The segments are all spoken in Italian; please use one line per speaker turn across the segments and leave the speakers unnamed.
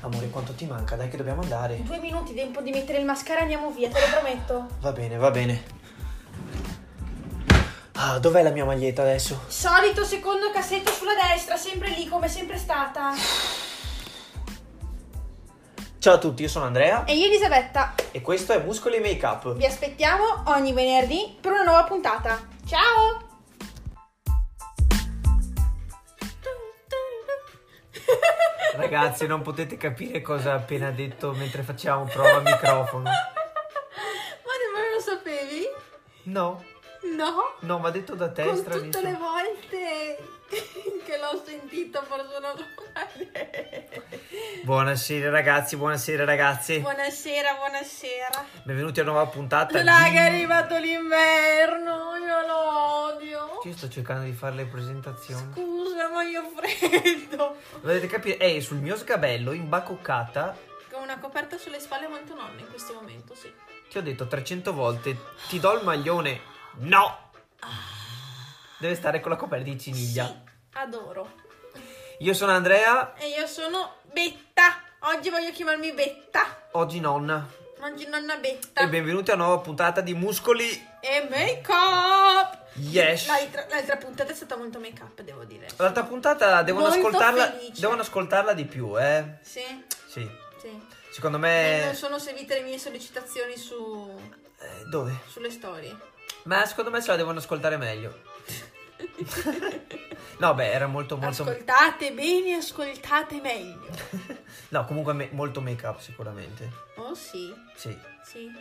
Amore, quanto ti manca? Dai che dobbiamo andare.
Due minuti, tempo di mettere il mascara, andiamo via, te lo prometto.
Va bene, va bene. Ah, dov'è la mia maglietta adesso?
Solito secondo cassetto sulla destra, sempre lì come sempre stata.
Ciao a tutti, io sono Andrea
E io Elisabetta,
e questo è Muscoli Make Up.
vi aspettiamo ogni venerdì per una nuova puntata. Ciao!
Ragazzi, non potete capire cosa ha appena detto mentre facciamo prova al microfono.
Ma nemmeno lo sapevi?
No,
No?
no, ma detto da te
Con
stranissimo.
tutte le volte che l'ho sentito forse non lo
Eh.
farei.
Buonasera ragazzi, buonasera ragazzi.
Buonasera, buonasera.
Benvenuti a una nuova puntata.
Là
di-
che è arrivato l'inverno, io lo odio.
Io sto cercando di fare le presentazioni.
Scusa, ma io ho freddo.
Dovete capire, è sul mio sgabello, imbacoccata,
Con una coperta sulle spalle molto nonna in questo momento, sì.
ti ho detto 300 volte, ti do il maglione. No! Deve stare con la coperta di ciniglia.
Sì, adoro.
Io sono Andrea,
E io sono Betta. Oggi voglio chiamarmi Betta.
oggi nonna.
Mangi nonna Betta.
E benvenuti a una nuova puntata di Muscoli.
E make up.
Yes!
L'altra, l'altra puntata è stata molto make up, devo dire.
L'altra puntata devono
Molto
ascoltarla,
felice.
devono ascoltarla di più, eh.
Sì,
Sì.
sì.
Secondo
E Eh, Non
me...
sono seguite le mie sollecitazioni su,
eh, dove?
sulle storie.
Ma secondo me se la devono ascoltare meglio. No, beh, era molto molto...
Ascoltate bene, ascoltate meglio.
No, comunque me- molto make up sicuramente.
Oh sì,
Sì.
sì.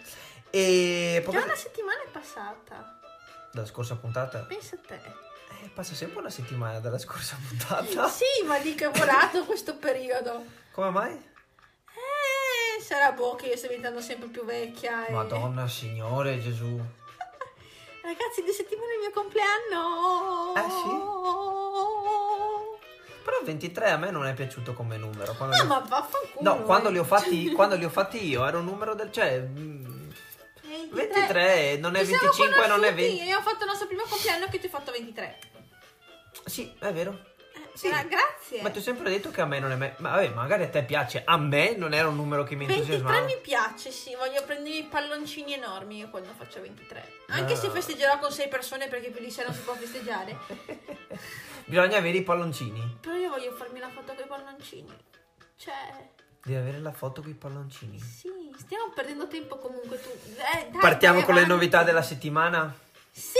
E
Già
proprio
una settimana è passata.
dalla scorsa puntata?
Pensa a te.
Eh, passa sempre una settimana dalla scorsa puntata.
Sì, ma di che è volato questo periodo.
Come mai?
Eh, sarà boh che io sto diventando sempre più vecchia. e-
Madonna, Signore Gesù.
Ragazzi, di settimana è il mio compleanno.
Ah, Però 23 a me non è piaciuto come numero. Quando
Ah,
li-
ma vaffanculo.
No, quando li ho
eh.
fatti, quando li ho fatti io era un numero del cioè mm, 23 non è
Ci siamo
25 non è
conosciuti,
20.
Io ho fatto il nostro primo compleanno che ti ho fatto 23.
Sì, è vero.
Eh,
Sì.
gra- grazie.
Ma ti ho sempre detto che a me non è mai. Ma vabbè, magari a te piace. A me non era un numero che mi
23
entusiasmava.
mi piace, sì, voglio prendere i palloncini enormi io quando faccio 23. Anche
No.
se festeggerò con 6 persone perché più di 6 non si può festeggiare.
Bisogna avere i palloncini.
Però io voglio farmi la foto con i palloncini. Cioè,
Devi avere la foto con i palloncini.
sì, stiamo perdendo tempo comunque tu. Eh, dai,
Partiamo
vai
con le
avanti.
novità della settimana.
Sì!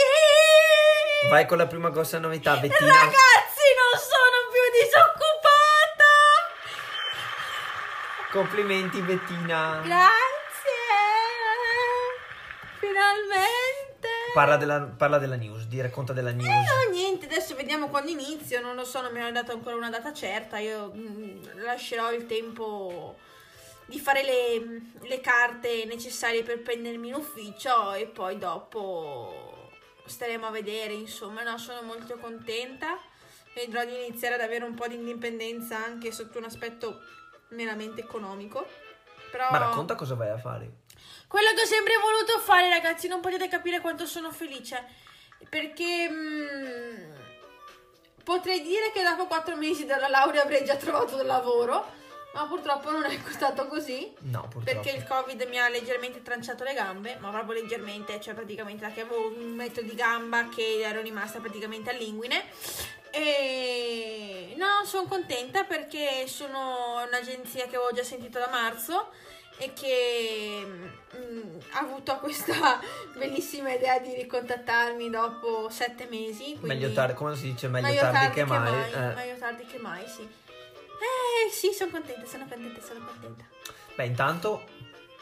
Vai con la prima grossa novità, Bettina.
Ragazzi, non sono più disoccupata!
Complimenti, Bettina.
Grazie! Finalmente!
Parla della, parla della news, di racconta della news.
Eh no, niente, adesso vediamo quando inizio, non lo so, non mi hanno dato ancora una data certa, io mm, lascerò il tempo di fare le, le carte necessarie per prendermi in ufficio e poi dopo staremo a vedere, insomma, no, sono molto contenta, vedrò di iniziare ad avere un po' di indipendenza anche sotto un aspetto meramente economico. Però
Ma racconta cosa vai a fare.
quello che ho sempre voluto fare, ragazzi, non potete capire quanto sono felice. Perché mm, potrei dire che dopo quattro mesi dalla laurea avrei già trovato del lavoro, ma purtroppo non è stato così.
No, purtroppo.
Perché il Covid mi ha leggermente tranciato le gambe, ma proprio leggermente, cioè praticamente da che avevo un metro di gamba che ero rimasta praticamente all'inguine. E no, sono contenta perché sono un'agenzia che avevo già sentito da marzo e che mm, ha avuto questa bellissima idea di ricontattarmi dopo sette mesi. Quindi
Meglio tardi, come si dice, meglio, tardi, che, mai. Eh,
Meglio tardi che mai, sì. Eh sì, sono contenta, sono contenta, sono contenta.
Beh, intanto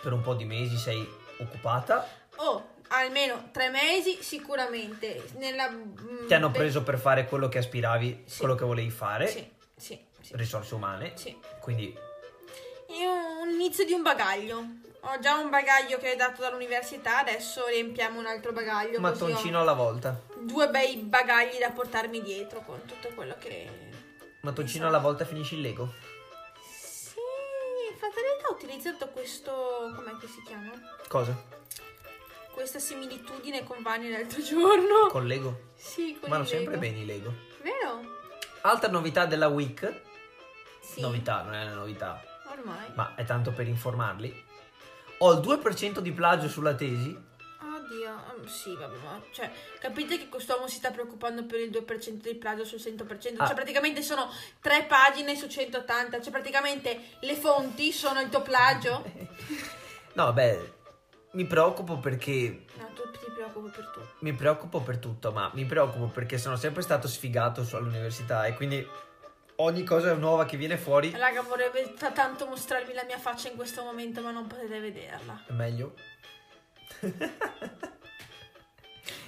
per un po' di mesi sei occupata.
Oh, almeno tre mesi sicuramente. Nella, mm,
Ti hanno
beh,
preso per fare quello che aspiravi,
Sì.
quello che volevi fare,
Sì, sì, sì,
risorse umane.
sì.
Quindi
Io un inizio di un bagaglio. Ho già un bagaglio che è dato dall'università, adesso riempiamo un altro bagaglio. così ho
mattoncino alla volta.
Due bei bagagli da portarmi dietro con tutto quello che...
Mattoncino
Esatto.
alla volta finisci il Lego.
Sì, in fatalità ho utilizzato questo... com'è che si chiama?
Cosa?
Questa similitudine con Vani l'altro giorno.
Con Lego.
Sì, con
Vanno
il
sempre
Lego.
bene i Lego.
Vero?
Altra novità della week.
Sì.
Novità, non è una novità.
ormai.
ma è tanto per informarli. Ho il 2% di plagio sulla tesi.
Oddio, ehm, sì, vabbè, ma cioè, capite che quest'uomo si sta preoccupando per il 2% di plagio sul 100%?
Ah.
Cioè, praticamente sono tre pagine su 180, cioè praticamente le fonti sono il tuo plagio?
Eh. No, beh, mi preoccupo perché
No, tu ti preoccupi per tutto.
mi preoccupo per tutto, ma mi preoccupo perché sono sempre stato sfigato su- all'università e quindi ogni cosa nuova che viene fuori è
Raga, vorrebbe t- tanto mostrarvi la mia faccia in questo momento, ma non potete vederla.
meglio.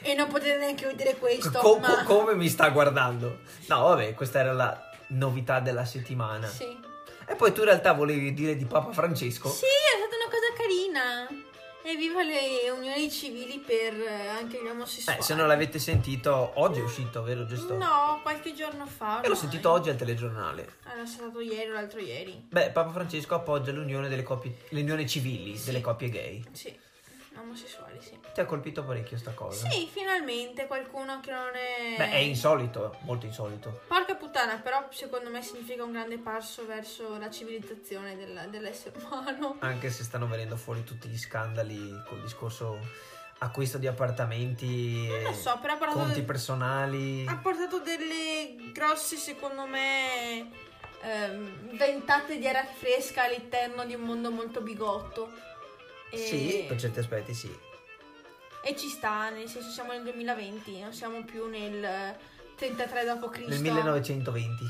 E non potete neanche vedere questo,
Co- co-
ma...
come mi sta guardando? No, vabbè, questa era la novità della settimana.
Sì.
E poi tu in realtà volevi dire di Papa Francesco?
Sì, è stata una cosa carina. Evviva le unioni civili per eh, anche gli omosessuali.
Eh, se non l'avete sentito, oggi è uscito, vero giusto?
No, eh. qualche giorno
E
fa.
l'ho
ormai.
sentito oggi al telegiornale.
Ah, Era stato ieri o l'altro ieri.
Beh, Papa Francesco appoggia l'unione delle coppie, l'unione civili
Sì.
delle coppie gay.
Sì, omosessuali, sì.
Ti ha colpito parecchio sta cosa?
Sì, finalmente qualcuno che non è...
Beh, è insolito, molto insolito.
Porca puttana, però secondo me significa un grande passo verso la civilizzazione del- dell'essere umano.
Anche se stanno venendo fuori tutti gli scandali col discorso acquisto di appartamenti,
Non lo so, però Ah, ha
e
parlato,
Eh, conti personali.
ha portato delle grosse, secondo me, ehm, ventate di aria fresca all'interno di un mondo molto bigotto. E-
Sì, per certi aspetti sì.
E ci sta, nel senso siamo nel 2020, non siamo più nel 33 d.C.
Nel 1920.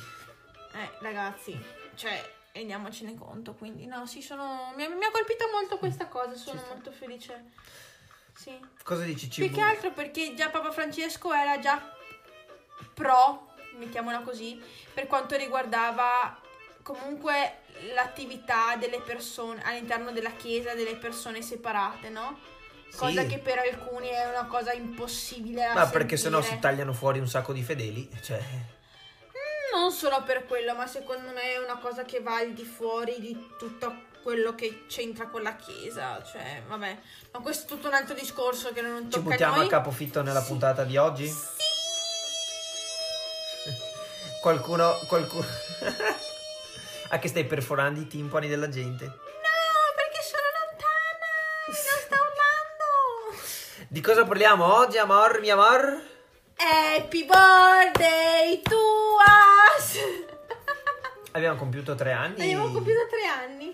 Eh, ragazzi, cioè, rendiamocene conto, quindi no, sì, sono... Mi, mi ha colpito molto questa cosa, sono
sta.
molto felice. Sì.
Cosa dici
Più
CV?
che altro perché già Papa Francesco era già pro, mettiamola così, per quanto riguardava comunque l'attività delle persone all'interno della chiesa delle persone separate, no?
Sì.
Cosa che per alcuni è una cosa impossibile. da
Ma perché sennò
sentire.
si tagliano fuori un sacco di fedeli, cioè
Mm, Non solo per quello, ma secondo me è una cosa che va al di fuori di tutto quello che c'entra con la chiesa. Cioè, vabbè. Ma questo è tutto un altro discorso che non
ci
tocca a
buttiamo
noi.
a capofitto nella
Sì.
puntata di oggi? Qualcuno qualcuno Ah che stai perforando i timpani della gente?
No, perché sono lontana e non sta urlando.
Di cosa parliamo oggi, amor, mio amor?
Happy birthday to us.
Abbiamo compiuto tre anni.
Abbiamo compiuto tre anni.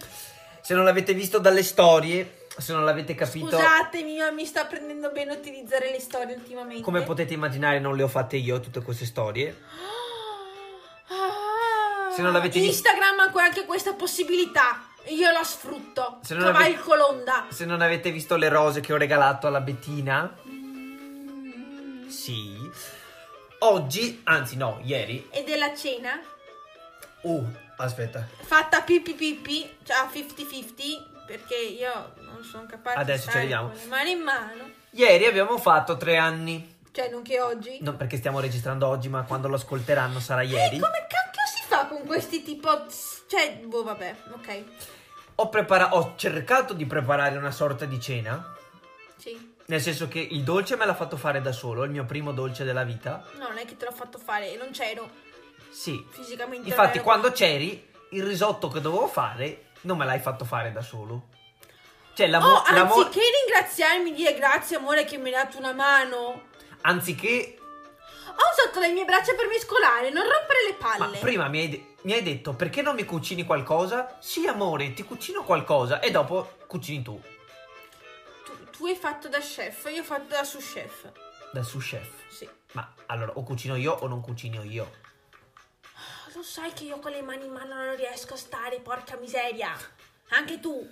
Se non l'avete visto dalle storie, se non l'avete capito,
Scusatemi, ma mi sta prendendo bene utilizzare le storie ultimamente.
come potete immaginare, non le ho fatte io tutte queste storie.
Ah,
Se non l'avete visto-
Instagram ha ancora anche questa possibilità. Io la sfrutto.
Se non l'avete-
Cavalco l'onda.
Se non avete visto le rose che ho regalato alla Bettina, sì. Oggi, anzi no, ieri.
E della cena
Uh, aspetta.
fatta pippi pippi, cioè a 50-50, perché io non sono capace
Adesso ci
di stare
arriviamo.
con le mani in mano.
Ieri abbiamo fatto tre anni.
Cioè, non che oggi.
Non perché stiamo registrando oggi, ma quando lo ascolteranno sarà ieri.
E Eh, come cacchio si fa con questi tipo. Cioè, boh, vabbè, ok.
Ho, prepara- ho cercato di preparare una sorta di cena.
Sì.
Nel senso che il dolce me l'ha fatto fare da solo, il mio primo dolce della vita.
No, non è che te l'ho fatto fare, non c'ero
Sì.
fisicamente. non
Infatti,
ero
quando c'eri, il risotto che dovevo fare non me l'hai fatto fare da solo. Cioè, l'amo-
Oh,
l'amo-
anziché ringraziarmi, dire grazie amore che mi hai dato una mano,
anziché.
ho usato le mie braccia per mescolare, non rompere le
Ma
palle.
prima mi hai, de- mi hai detto perché non mi cucini qualcosa? Sì, amore, ti cucino qualcosa e dopo cucini tu,
tu, tu hai fatto da chef, io ho fatto da sous chef.
da sous chef.
Sì.
Ma allora, o cucino io o non cucino io.
Oh, Lo sai che io con le mani in mano non riesco a stare, porca miseria. Anche tu.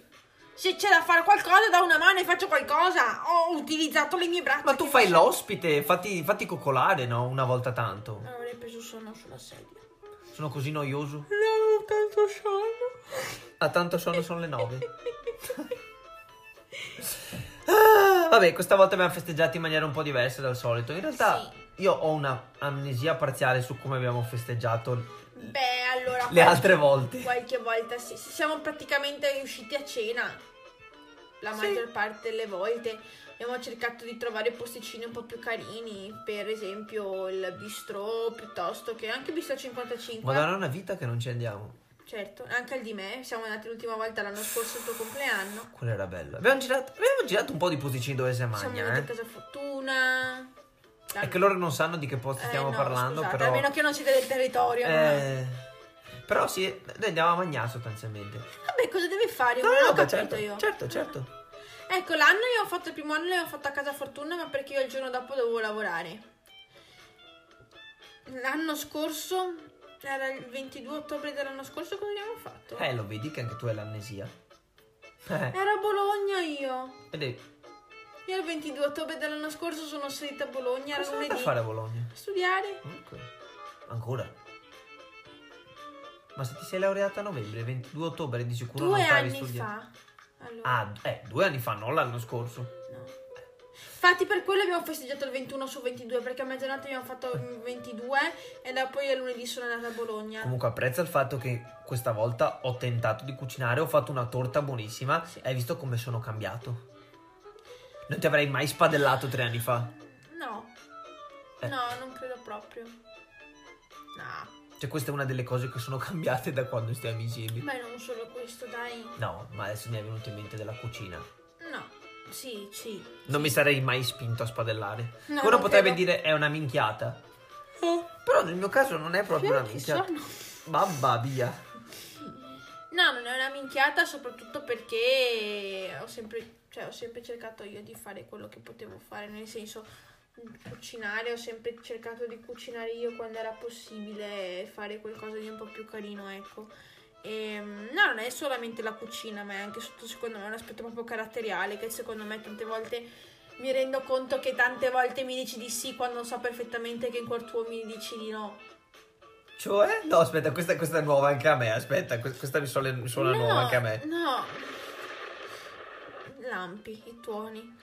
Se c'è da fare qualcosa, da una mano e faccio qualcosa. Ho utilizzato le mie braccia.
Ma tu fai l'ospite, fatti, fatti coccolare, no? Una volta tanto.
Ah, Avrei preso sonno sulla sedia.
Sono così noioso.
No, tanto sonno.
A tanto sono, sono le nove. Ah, Vabbè, questa volta abbiamo festeggiato in maniera un po' diversa dal solito. In realtà io ho una amnesia parziale su come abbiamo festeggiato
Beh, allora.
le
qualche-
altre volte.
Qualche volta sì. Sì, Siamo praticamente riusciti a cena. La
Sì.
maggior parte delle volte. Abbiamo cercato di trovare posticini un po' più carini. Per esempio il bistro piuttosto che anche bistro 55.
Madonna, è una vita che non ci andiamo.
certo, anche il di me. Siamo andati l'ultima volta l'anno scorso, il tuo compleanno.
Quello era bello. Abbiamo girato, abbiamo girato un po' di posticini dove si
Siamo
mangia,
andati
eh.
a Casa Fortuna.
È che loro non sanno di che posti stiamo
Eh, no,
parlando,
scusate,
però...
A meno che non siete del territorio. ma-
Eh, però sì, noi andiamo a mangiare sostanzialmente.
Vabbè, cosa devi fare? Io
No,
non
no,
l'ho
beh,
capito
certo,
io.
certo, certo.
Ecco, l'anno io ho fatto il primo anno l'ho fatto a casa fortuna, ma perché io il giorno dopo dovevo lavorare. L'anno scorso, era il 22 ottobre dell'anno scorso, cosa abbiamo fatto?
Eh, lo vedi che anche tu hai l'amnesia. Eh,
Era a Bologna io.
vedi,
Io il 22 ottobre dell'anno scorso sono salita a Bologna, era
cosa andate a
lunedì.
fare a Bologna?
A Studiare?
Ok. Ecco, Ancora? Ma se ti sei laureata a novembre, 22 ottobre di sicuro
Due
non stavi
anni
studiando.
fa. Allora,
Ah, d- eh, due anni fa, non l'anno scorso.
no. Infatti per quello abbiamo festeggiato il 21 su 22, perché a mezzanotte abbiamo fatto il 22 e da poi il lunedì sono andata a Bologna.
Comunque apprezza il fatto che questa volta ho tentato di cucinare, ho fatto una torta buonissima
Sì.
e hai visto come sono cambiato. Non ti avrei mai spadellato tre anni fa.
No.
Eh.
No, non credo proprio. No.
Cioè, questa è una delle cose che sono cambiate da quando stiamo insieme.
Beh, non solo questo, dai.
No, ma adesso mi è venuto in mente della cucina.
No. Sì, sì.
Non mi sarei mai spinto a spadellare.
No,
Uno
non
potrebbe
credo.
dire è una minchiata.
Eh,
Però nel mio caso non è proprio una
che
minchiata.
sono.
Mamma mia.
No, non è una minchiata, soprattutto perché ho sempre, cioè, ho sempre cercato io di fare quello che potevo fare, nel senso cucinare, ho sempre cercato di cucinare io quando era possibile, fare qualcosa di un po' più carino, ecco. E, no, non è solamente la cucina, ma è anche sotto, secondo me, un aspetto proprio caratteriale che secondo me tante volte mi rendo conto che tante volte mi dici di sì quando so perfettamente che in cuor tuo mi dici di no.
Cioè? No, aspetta, questa, questa è nuova anche a me. Aspetta, que- questa mi suona, mi suona nuova anche a me.
No. Lampi, i tuoni.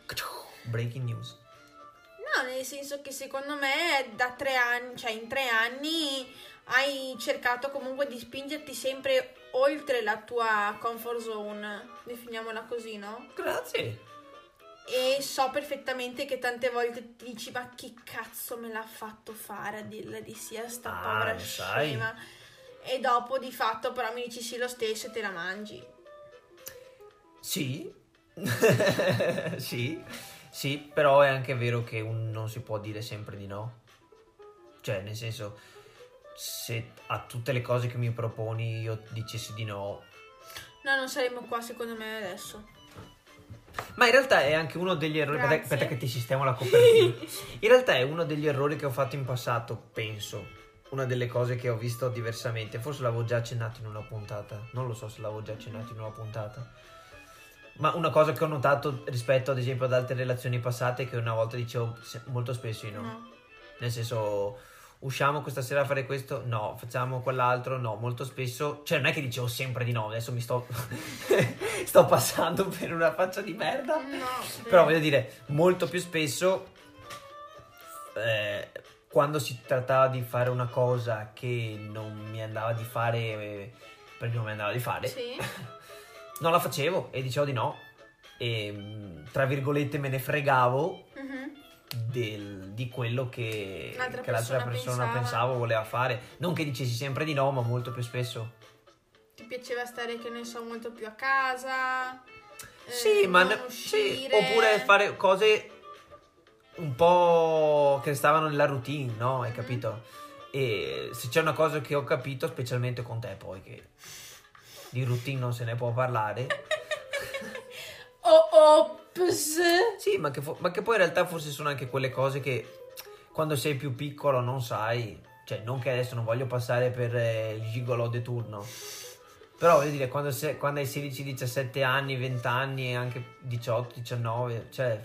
Breaking news.
No, nel senso che secondo me da tre anni, cioè in tre anni hai cercato comunque di spingerti sempre oltre la tua comfort zone, definiamola così, no?
Grazie.
E so perfettamente che tante volte ti dici ma chi cazzo me l'ha fatto fare a dirle di sì a sta
Ah,
povera
lo sai.
scema. E dopo di fatto però mi dici sì lo stesso e te la mangi.
Sì. sì. Sì, però è anche vero che un- non si può dire sempre di no. Cioè, nel senso, se a tutte le cose che mi proponi io dicessi di no,
No, non saremmo qua secondo me adesso.
Ma in realtà è anche uno degli errori. Aspetta,
Grazie.
aspetta che ti sistemo la copertina. In realtà è uno degli errori che ho fatto in passato, penso. Una delle cose che ho visto diversamente. Forse l'avevo già accennato in una puntata. Non lo so se l'avevo già accennato in una puntata. Ma una cosa che ho notato rispetto ad esempio ad altre relazioni passate è che una volta dicevo se- molto spesso di no.
No.
Nel senso, usciamo questa sera a fare questo? No, facciamo quell'altro? No, molto spesso. Cioè, non è che dicevo sempre di no, adesso mi sto. sto passando per una faccia di merda.
No,
Però voglio dire, molto più spesso. eh, quando si trattava di fare una cosa che non mi andava di fare. eh, perché non mi andava di fare.
Sì.
Non la facevo e dicevo di no. E mm, tra virgolette me ne fregavo
Mhm.
del- di quello che,
L'altra
che l'altra
persona
persona
pensava.
pensava voleva fare. Non che dicessi sempre di no, ma molto più spesso.
Ti piaceva stare, che ne so, molto più a casa. eh,
sì, ma
non
ne- sì,
uscire.
oppure fare cose un po' che stavano nella routine, no? Hai
Mhm.
capito? E se c'è una cosa che ho capito, specialmente con te, poi che di routine non se ne può parlare.
oh, oh, ps.
Sì, ma che, fo- ma che poi in realtà forse sono anche quelle cose che quando sei più piccolo non sai. Cioè, non che adesso non voglio passare per eh, il gigolo de turno. Però voglio dire, quando, se- quando hai 16, 17 anni, 20 anni e anche 18, 19, cioè,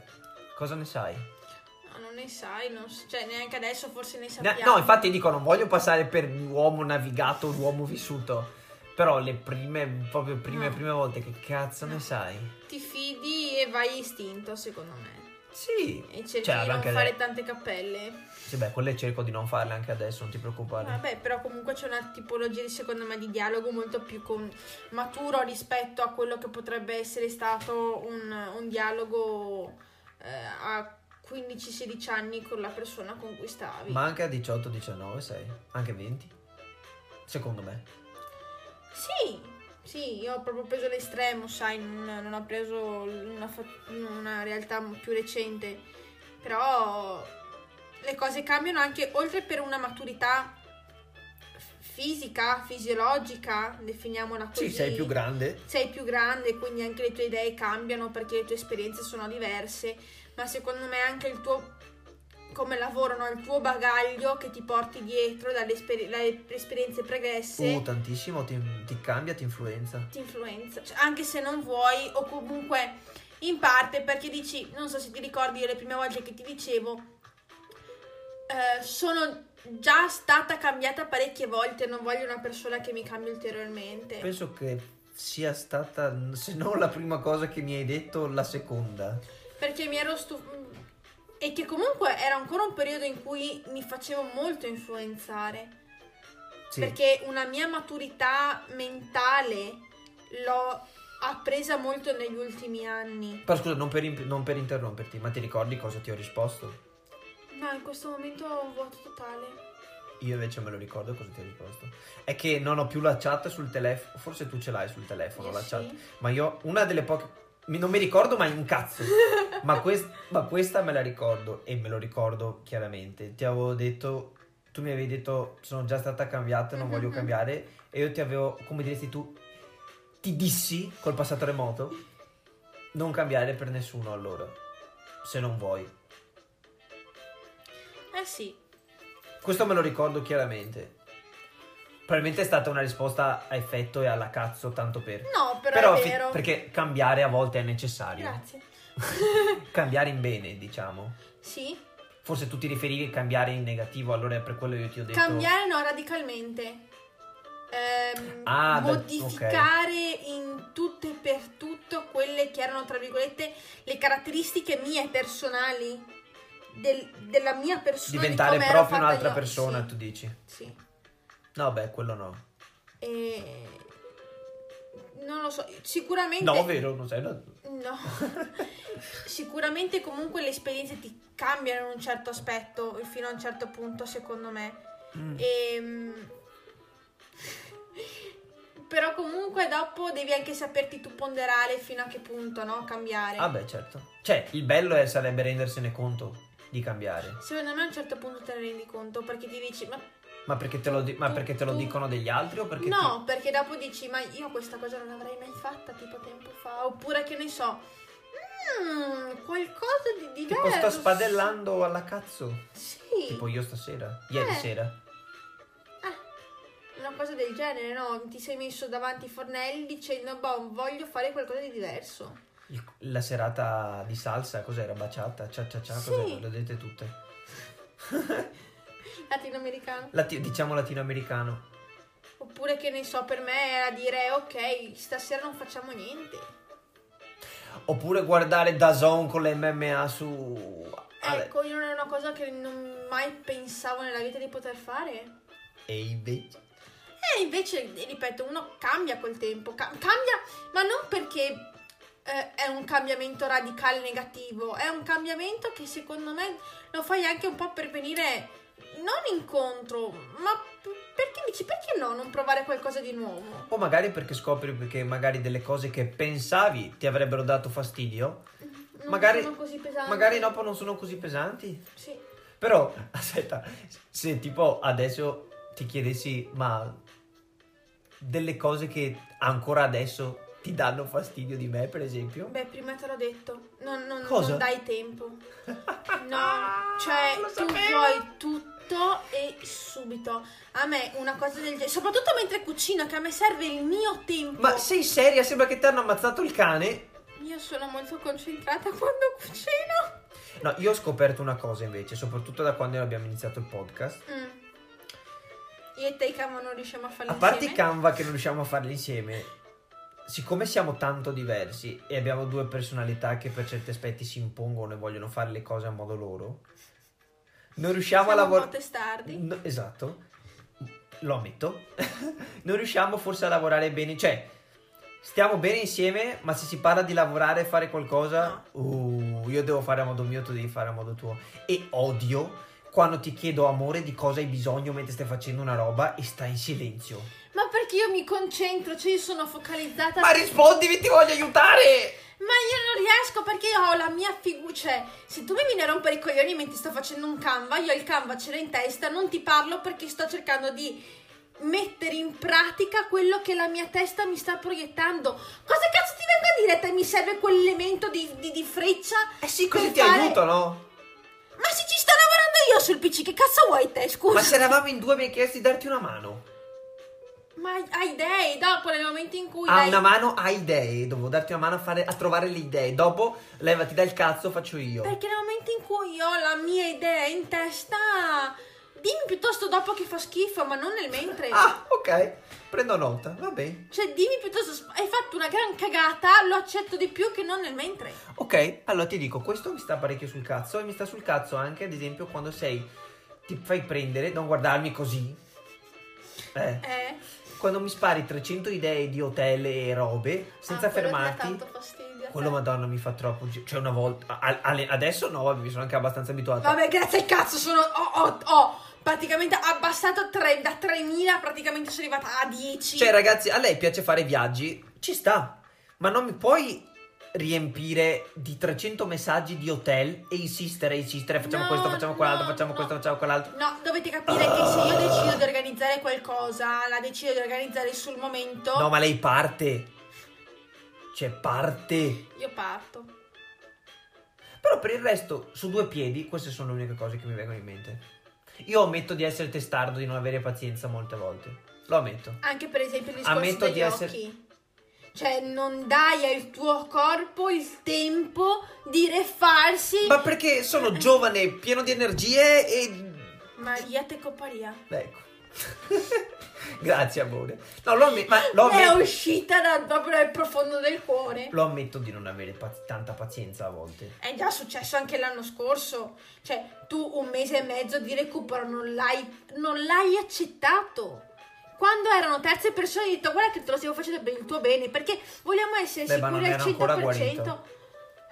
cosa ne sai?
No, non ne sai, non s- cioè neanche adesso forse ne
Ne-
sappiamo.
no, infatti dico, non voglio passare per l'uomo navigato, l'uomo vissuto. Però le prime, proprio prime,
No.
prime volte, che cazzo ne
No.
sai?
Ti fidi e vai istinto, secondo me.
Sì.
E cerchi
Cioè,
di non
anche
fare
le-
tante cappelle.
Sì, beh, quelle cerco di non farle anche adesso, non ti preoccupare.
Vabbè, però comunque c'è una tipologia, di- secondo me, di dialogo molto più con- maturo rispetto a quello che potrebbe essere stato un, un dialogo eh, a 15-16 anni con la persona con cui stavi.
Ma anche a 18, 19, sei. Anche 20. Secondo me.
Sì, sì, io ho proprio preso l'estremo, sai, non, non ho preso una, fa- una realtà più recente, però le cose cambiano anche oltre per una maturità f- fisica, fisiologica, definiamola così.
Sì, sei più grande.
sei più grande, quindi anche le tue idee cambiano perché le tue esperienze sono diverse, ma secondo me anche il tuo come lavoro, no? il tuo bagaglio che ti porti dietro dalle, esper- dalle esperienze pregresse
Uh, tantissimo, ti, ti cambia, ti influenza.
ti influenza, Cioè, anche se non vuoi o comunque in parte perché dici, non so se ti ricordi io le prime volte che ti dicevo, eh, sono già stata cambiata parecchie volte, non voglio una persona che mi cambi ulteriormente.
Penso che sia stata, se non la prima cosa che mi hai detto, la seconda.
perché mi ero stufata e che comunque era ancora un periodo in cui mi facevo molto influenzare
Sì.
perché una mia maturità mentale l'ho appresa molto negli ultimi anni
Però scusa, non per, imp- non per interromperti, ma ti ricordi cosa ti ho risposto?
no in questo momento ho un vuoto totale
Io invece me lo ricordo cosa ti ho risposto. È che non ho più la chat sul telefono, forse tu ce l'hai sul telefono
Io
la
sì.
chat, ma io una delle poche... mi- Non mi ricordo mai un cazzo, ma, quest- ma questa me la ricordo e me lo ricordo chiaramente. Ti avevo detto, tu mi avevi detto sono già stata cambiata, non
Mhm,
voglio
mhm.
cambiare e io ti avevo, come diresti tu, ti dissi col passato remoto, non cambiare per nessuno allora, se non vuoi.
eh sì
Questo me lo ricordo chiaramente. Probabilmente è stata una risposta a effetto e alla cazzo, tanto per.
no però,
Però,
è
fi-
vero
perché cambiare a volte è necessario.
grazie
Cambiare in bene, diciamo.
sì
Forse tu ti riferivi a cambiare in negativo, allora per quello io ti ho detto.
cambiare no radicalmente Ehm,
Ah, da-
modificare in tutto e per tutto quelle che erano tra virgolette le caratteristiche mie personali del- della mia persona di
diventare
come ero
proprio
fatta
un'altra
io.
persona,
sì,
tu dici.
sì.
No, beh, quello no.
E- non lo so sicuramente
No, vero, non sei. una-
No. Sicuramente comunque le esperienze ti cambiano in un certo aspetto fino a un certo punto, secondo me.
Mm.
Ehm, Però comunque dopo devi anche saperti tu ponderare fino a che punto, no? Cambiare.
Ah, beh, certo. Cioè, il bello è- sarebbe rendersene conto di cambiare.
Secondo me a un certo punto te ne rendi conto perché ti dici, ma
Ma perché te lo, di- ma
Tu-
perché te lo
tu-
dicono degli altri o perché
no, perché dopo dici, ma io questa cosa non l'avrei mai fatta tipo tempo fa, oppure che ne so, "Mm, qualcosa di
ti, tipo
diverso.
sto spadellando alla cazzo?
eh, Sì.
Tipo io stasera, ieri
Eh.
sera.
Eh, una cosa del genere, no? Ti sei messo davanti ai fornelli dicendo, boh, voglio fare qualcosa di diverso.
Il- la serata di salsa, cos'era? Baciata, cia cia cia,
Sì.
cos'era? Le ho dette tutte.
Latinoamericano.
Lati- diciamo latinoamericano.
Oppure che ne so, per me era dire, ok, stasera non facciamo niente.
Oppure guardare Dazon con le MMA su... Ale-
Ecco, io non è una cosa che non mai pensavo nella vita di poter fare.
E invece...
E invece, ripeto, uno cambia col tempo, ca- cambia, ma non perché eh, è un cambiamento radicale negativo, è un cambiamento che secondo me lo fai anche un po' per venire non incontro, ma p- perché dici perché no non provare qualcosa di nuovo?
O magari perché scopri che magari delle cose che pensavi ti avrebbero dato fastidio,
Non
Magari-
sono così pesanti.
magari dopo non sono così pesanti.
Sì.
Però, aspetta, se tipo adesso ti chiedessi, ma delle cose che ancora adesso ti danno fastidio di me, per esempio?
Beh, prima te l'ho detto, non, non-
Cosa?
non dai tempo. No,
Ah,
cioè
lo
tu
sapevo.
vuoi tutto e subito. A me una cosa del genere, soprattutto mentre cucino, che a me serve il mio tempo.
Ma sei seria? Sembra che ti hanno ammazzato il cane.
Io sono molto concentrata quando cucino.
No, io ho scoperto una cosa invece, soprattutto da quando abbiamo iniziato il podcast.
Mm. Io e te i camo non riusciamo a farlo
A parte
insieme.
Canva che non riusciamo a farli insieme, siccome siamo tanto diversi e abbiamo due personalità che per certi aspetti si impongono e vogliono fare le cose a modo loro, non riusciamo
siamo
a
un po'
lavorare...
testardi.
No, esatto, lo ammetto. non riusciamo forse a lavorare bene, cioè stiamo bene insieme, ma se si parla di lavorare e fare qualcosa, uh, io devo fare a modo mio, tu devi fare a modo tuo. E odio quando ti chiedo amore di cosa hai bisogno mentre stai facendo una roba e stai in silenzio.
Ma perché io mi concentro, cioè io sono focalizzata.
Ma rispondimi, ti voglio aiutare!
Ma io non riesco perché io ho la mia fiducia. Cioè, se tu mi vieni a rompere i coglioni mentre sto facendo un canva, io il canva ce l'ho in testa, non ti parlo perché sto cercando di mettere in pratica quello che la mia testa mi sta proiettando. Cosa cazzo ti vengo a dire? Te mi serve quell'elemento di, di- di freccia?
Eh sì,
per
così ti
fare-
aiuto, no?
Ma se ci sto lavorando io sul PC, che cazzo vuoi te? Scusa.
Ma se eravamo in due mi hai chiesto di darti una mano.
Ma hai idee dopo nel momento in cui
Ha
hai-
Ah, una mano, ha idee. Devo darti una mano a, fare- a trovare le idee. Dopo, levati dal cazzo, faccio io.
Perché nel momento in cui io ho la mia idea in testa, dimmi piuttosto dopo che fa schifo, ma non nel mentre.
Ah, ok. Prendo nota, va bene.
Cioè, dimmi piuttosto, sp- hai fatto una gran cagata, lo accetto di più che non nel mentre.
Ok, allora ti dico, questo mi sta parecchio sul cazzo e mi sta sul cazzo anche, ad esempio, quando sei... Ti fai prendere, non guardarmi così. Eh.
Eh,
Quando mi spari 300 idee di hotel e robe, senza
ah, quello ti dà
fermarti...
tanto fastidio.
Quello madonna mi fa troppo gi- Cioè una volta a- alle- Adesso no vabbè, Mi sono anche abbastanza abituata
Vabbè, grazie al cazzo, sono... Ho, ho, ho praticamente abbassato tre- da 3.000, praticamente sono arrivata a 10.
Cioè ragazzi a lei piace fare viaggi Ci sta Ma non mi puoi riempire di 300 messaggi di hotel E insistere insistere Facciamo
No,
questo facciamo
no,
quell'altro Facciamo
no.
questo facciamo quell'altro
No, dovete capire che se io decido di organizzare qualcosa, la decido di organizzare sul momento,
No ma lei parte Cioè parte
io parto.
Però per il resto su due piedi Queste sono le uniche cose che mi vengono in mente Io ammetto di essere testardo Di non avere pazienza molte volte Lo ammetto
Anche per esempio il discorso
Ammetto
degli
di essere-
occhi. Cioè, non dai al tuo corpo il tempo di refarsi.
Ma perché sono giovane, pieno di energie e...
Maria te coparia.
Ecco. Grazie amore. No, lo, amme- ma lo
è
ammetto,
uscita da- proprio dal profondo del cuore.
lo ammetto di non avere paz- tanta pazienza a volte.
È già successo anche l'anno scorso. Cioè, tu un mese e mezzo di recupero non l'hai, non l'hai accettato. Quando erano terze persone, hai detto: Guarda, che te lo stiamo facendo per il tuo bene. Perché vogliamo essere
Beh, ma non
sicuri al
era ancora
100%.
guarito.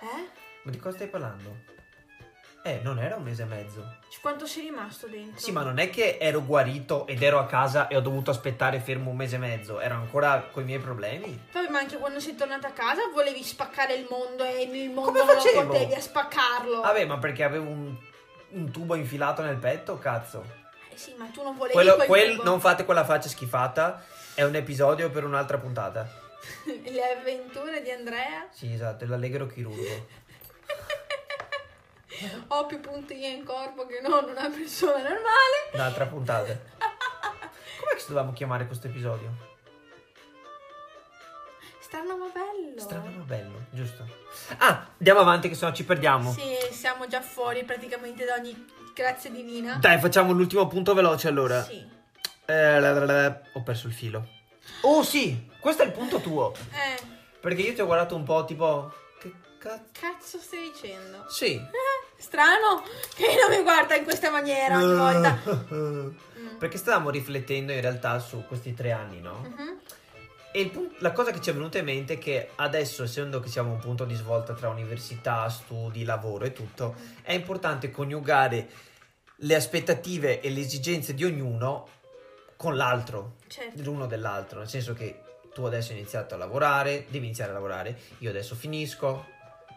Eh?
Ma di cosa stai parlando? Eh, non era un mese e mezzo.
Quanto sei rimasto dentro?
Sì, ma non è che ero guarito ed ero a casa e ho dovuto aspettare fermo un mese e mezzo. Ero ancora con i miei problemi.
Vabbè, ma anche quando sei tornata a casa volevi spaccare il mondo e il mondo
Come
non
facevo? Ah.
lo potevi a spaccarlo.
Vabbè, ma perché avevo un, un tubo infilato nel petto, cazzo.
Eh sì, ma tu non volevi
Quello,
quel
quel-
tipo.
non fate quella faccia schifata. È un episodio per un'altra puntata.
Le avventure di Andrea.
Sì, esatto, è l'allegro chirurgo.
Ho più puntini in corpo che non una persona normale.
Un'altra puntata. Com'è che ci dovevamo chiamare questo episodio?
Strano ma bello.
Strano ma bello, giusto? Ah, andiamo avanti che sennò ci perdiamo.
Sì, siamo già fuori praticamente da ogni grazia divina.
Dai, facciamo l'ultimo punto veloce allora.
Sì.
Eh, la, la, la, ho perso il filo. Oh sì, questo è il punto tuo.
Eh,
Perché io ti ho guardato un po' tipo... Che cazzo?
cazzo stai dicendo?
Sì.
Strano che non mi guarda in questa maniera ogni volta. Mm.
Perché stavamo riflettendo in realtà su questi tre anni, no?
Mhm.
E il pun- la cosa che ci è venuta in mente è che adesso, essendo che siamo a un punto di svolta tra università, studi, lavoro e tutto, è importante coniugare le aspettative e le esigenze di ognuno con l'altro,
Certo.
l'uno dell'altro, nel senso che tu adesso hai iniziato a lavorare, devi iniziare a lavorare, io adesso finisco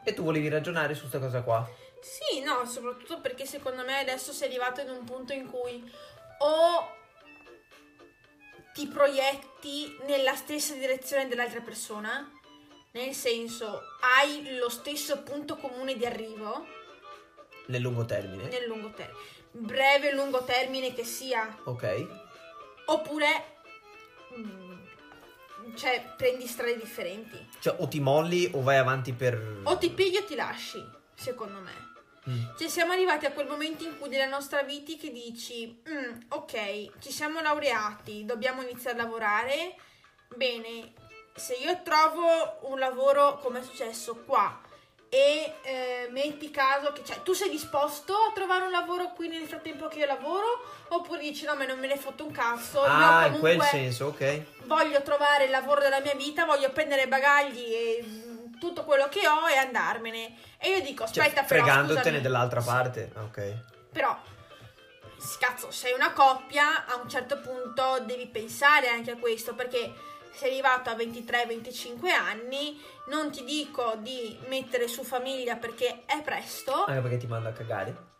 e tu volevi ragionare su questa cosa qua.
Sì, no, soprattutto perché secondo me adesso sei arrivato in un punto in cui o ti proietti nella stessa direzione dell'altra persona, nel senso hai lo stesso punto comune di arrivo
Nel lungo termine,
nel lungo termine, breve e lungo termine che sia,
ok?
oppure mm, cioè prendi strade differenti,
Cioè o ti molli o vai avanti per...
o ti pigli o ti lasci, secondo me.
Mm.
Cioè, siamo arrivati a quel momento in cui della nostra vita che dici, "Mm, ok, ci siamo laureati, dobbiamo iniziare a lavorare, bene, se io trovo un lavoro come è successo qua e eh, metti caso che, cioè, tu sei disposto a trovare un lavoro qui nel frattempo che io lavoro oppure dici no, ma non me ne fotto un cazzo,
Ah,
no,
in quel
comunque
senso, ok.
voglio trovare il lavoro della mia vita, voglio prendere i bagagli e mm, tutto quello che ho e andarmene. E io dico,
Cioè,
aspetta, però,
fregandotene
scusami."
dell'altra
Sì.
parte. Ok.
Però scazzo, sei una coppia, a un certo punto devi pensare anche a questo perché sei arrivato a 23-25 anni, non ti dico di mettere su famiglia perché è presto,
Anche perché ti manda a cagare.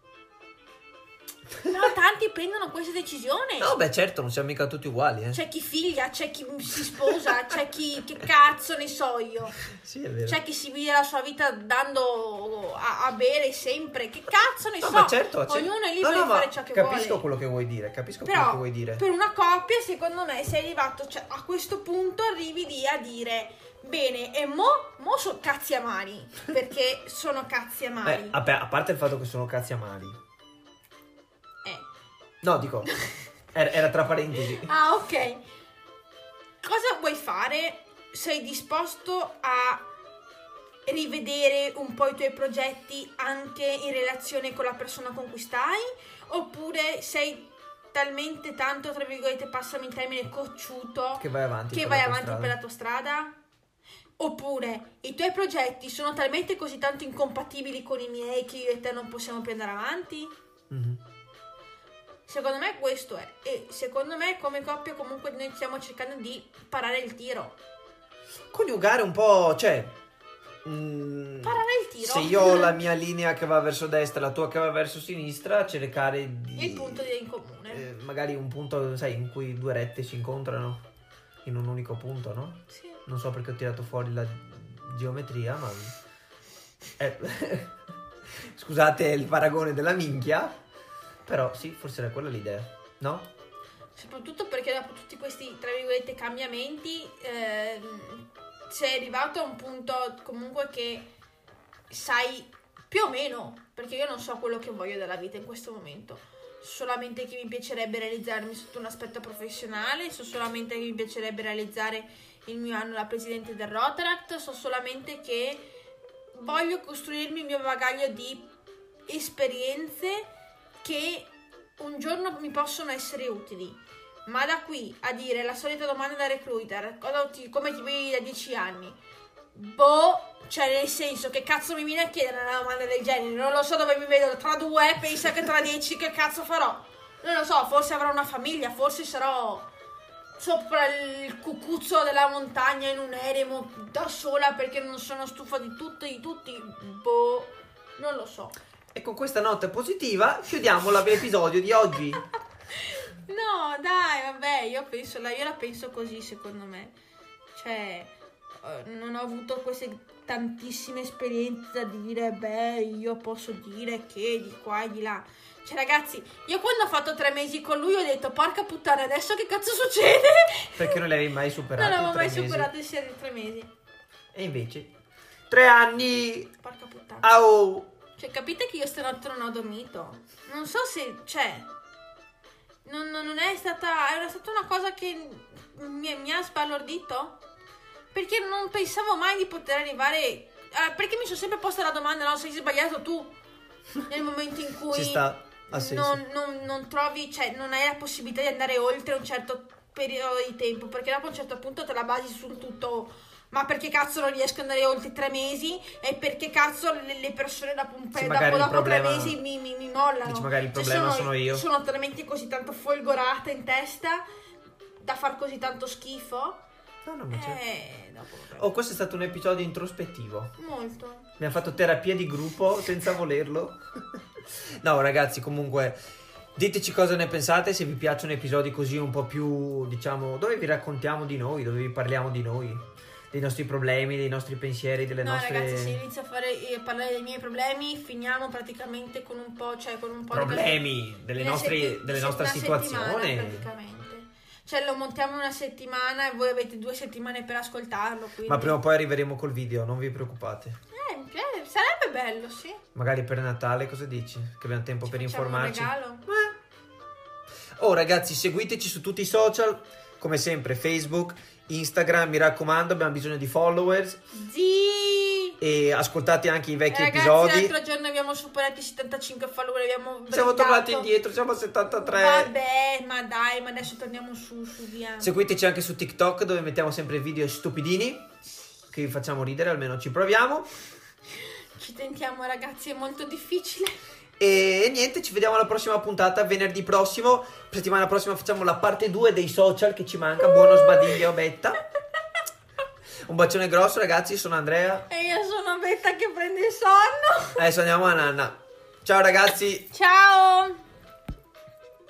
però tanti prendono questa decisione.
No, beh, certo, non siamo mica tutti uguali, eh.
C'è chi figlia, c'è chi si sposa, c'è chi che cazzo ne so io.
Sì, è vero.
C'è chi si vive la sua vita dando a, a bere sempre. Che cazzo ne
No,
so.
ma certo, c'è-
Ognuno è
no,
libero
no,
di
ma
fare ciò che
capisco
vuole.
quello che vuoi dire, capisco
Però,
quello che Ecco, vuoi dire.
Per una coppia, secondo me, sei arrivato cioè, a questo punto, arrivi lì a dire bene, e mo, mo sono cazzi amari. Perché sono cazzi amari.
Beh, vabbè, a parte il fatto che sono cazzi amari. ah.
Eh.
No, dico, era, era tra parentesi.
Ah, ok. Cosa vuoi fare? Sei disposto a rivedere un po' i tuoi progetti anche in relazione con la persona con cui stai? Oppure sei talmente tanto, tra virgolette, passami il termine, cocciuto
Che vai avanti.
che
per
vai
la tua
avanti
strada.
per la tua strada? Oppure i tuoi progetti sono talmente così tanto incompatibili con i miei che io e te non possiamo più andare avanti?
Mhm.
Secondo me questo è. E secondo me come coppia comunque noi stiamo cercando di parare il tiro.
Coniugare un po', cioè... mm,
Parare il tiro.
Se io ho la mia linea che va verso destra e la tua che va verso sinistra, cercare di...
Il punto di- in comune.
eh, magari un punto, sai, in cui due rette si incontrano in un unico punto, no?
Sì.
Non so perché ho tirato fuori la geometria, ma. Eh, Scusate il paragone della minchia. Però sì, forse era quella l'idea. No?
Soprattutto perché dopo tutti questi, tra virgolette, cambiamenti, ehm, sei arrivato a un punto comunque che sai più o meno, perché io non so quello che voglio dalla vita in questo momento. So solamente che mi piacerebbe realizzarmi sotto un aspetto professionale, so solamente che mi piacerebbe realizzare il mio anno da presidente del Rotaract, so solamente che voglio costruirmi il mio bagaglio di esperienze che un giorno mi possono essere utili. Ma da qui a dire la solita domanda da recruiter, cosa ti- come ti vedi da 10 anni? Boh, cioè nel senso che cazzo mi viene a chiedere una domanda del genere? Non lo so dove mi vedo tra due, pensa che tra 10 che cazzo farò? Non lo so, forse avrò una famiglia, forse sarò sopra il cucuzzo della montagna in un eremo da sola perché non sono stufa di tutto e di tutti. Boh, non lo so.
E con questa nota positiva chiudiamo la- l'episodio di oggi.
No, dai, vabbè, io, penso, la, io la penso così, secondo me. Cioè, eh, non ho avuto queste tantissime esperienze da dire, beh, io posso dire che di qua e di là. Cioè, ragazzi, io quando ho fatto tre mesi con lui ho detto, porca puttana, adesso che cazzo succede?
Perché non l'avevi mai superato.
non avevo
in
mai
tre mesi.
superato il serie di tre mesi.
E invece. Tre anni.
Porca puttana.
Au!
Cioè, capite che io stanotte non ho dormito. Non so se. Cioè. Non, non- non è stata. Era stata una cosa che mi, mi ha sbalordito. Perché non pensavo mai di poter arrivare. eh, perché mi sono sempre posta la domanda, no? Sei sbagliato tu. Nel momento in cui.
Si sta. Ha senso.
Non, non- non trovi, cioè, non hai la possibilità di andare oltre un certo periodo di tempo. Perché dopo un certo punto te la basi sul tutto. Ma perché cazzo non riesco ad andare oltre tre mesi? E perché cazzo le, le persone dopo un
Sì,
paio
magari
dopo,
il
dopo
problema-
tre mesi mi, mi- mi mollano?
Dici, magari il
Cioè,
problema sono io.
Sono talmente così tanto folgorata in testa da far così tanto schifo.
No, no, ma c'è.
Eh, dopo. vabbè.
Oh, questo è stato un episodio introspettivo.
Molto.
Mi ha fatto terapia di gruppo senza volerlo. no, ragazzi, comunque diteci cosa ne pensate, se vi piacciono episodi così un po' più, diciamo, dove vi raccontiamo di noi, dove vi parliamo di noi, dei nostri problemi, dei nostri pensieri, delle
No,
nostre
ragazzi, se inizio a, fare, a parlare dei miei problemi, finiamo praticamente con un po', cioè con un po' di
problemi, delle
Una
nostre
setti-
delle
se-
nostra
una settimana,
situazione.
praticamente. Cioè lo montiamo in una settimana e voi avete due settimane per ascoltarlo. Quindi...
Ma prima o poi arriveremo col video, non vi preoccupate.
Eh, mi piace, sarebbe bello, sì.
Magari per Natale cosa dici? Che abbiamo tempo
Ci
per
facciamo
informarci. Eh.
Un regalo.
Oh ragazzi, seguiteci su tutti i social, come sempre Facebook, Instagram, mi raccomando, abbiamo bisogno di followers
Zii!
e ascoltate anche i vecchi
Ragazzi,
episodi.
l'altro giorno abbiamo superato i 75 follower, abbiamo
Siamo
brindato.
tornati indietro, siamo a 73.
Vabbè, ma dai, ma adesso torniamo su, su via.
Seguiteci anche su TikTok dove mettiamo sempre video stupidini che vi facciamo ridere, almeno ci proviamo.
Ci tentiamo, ragazzi, è molto difficile.
E niente, ci vediamo alla prossima puntata, venerdì prossimo. Settimana prossima facciamo la parte 2 dei social che ci manca. Buono sbadiglio, Betta. Un bacione grosso, ragazzi. Sono Andrea.
E io sono Betta che prende il sonno.
Adesso andiamo a Nanna. Ciao, ragazzi.
Ciao!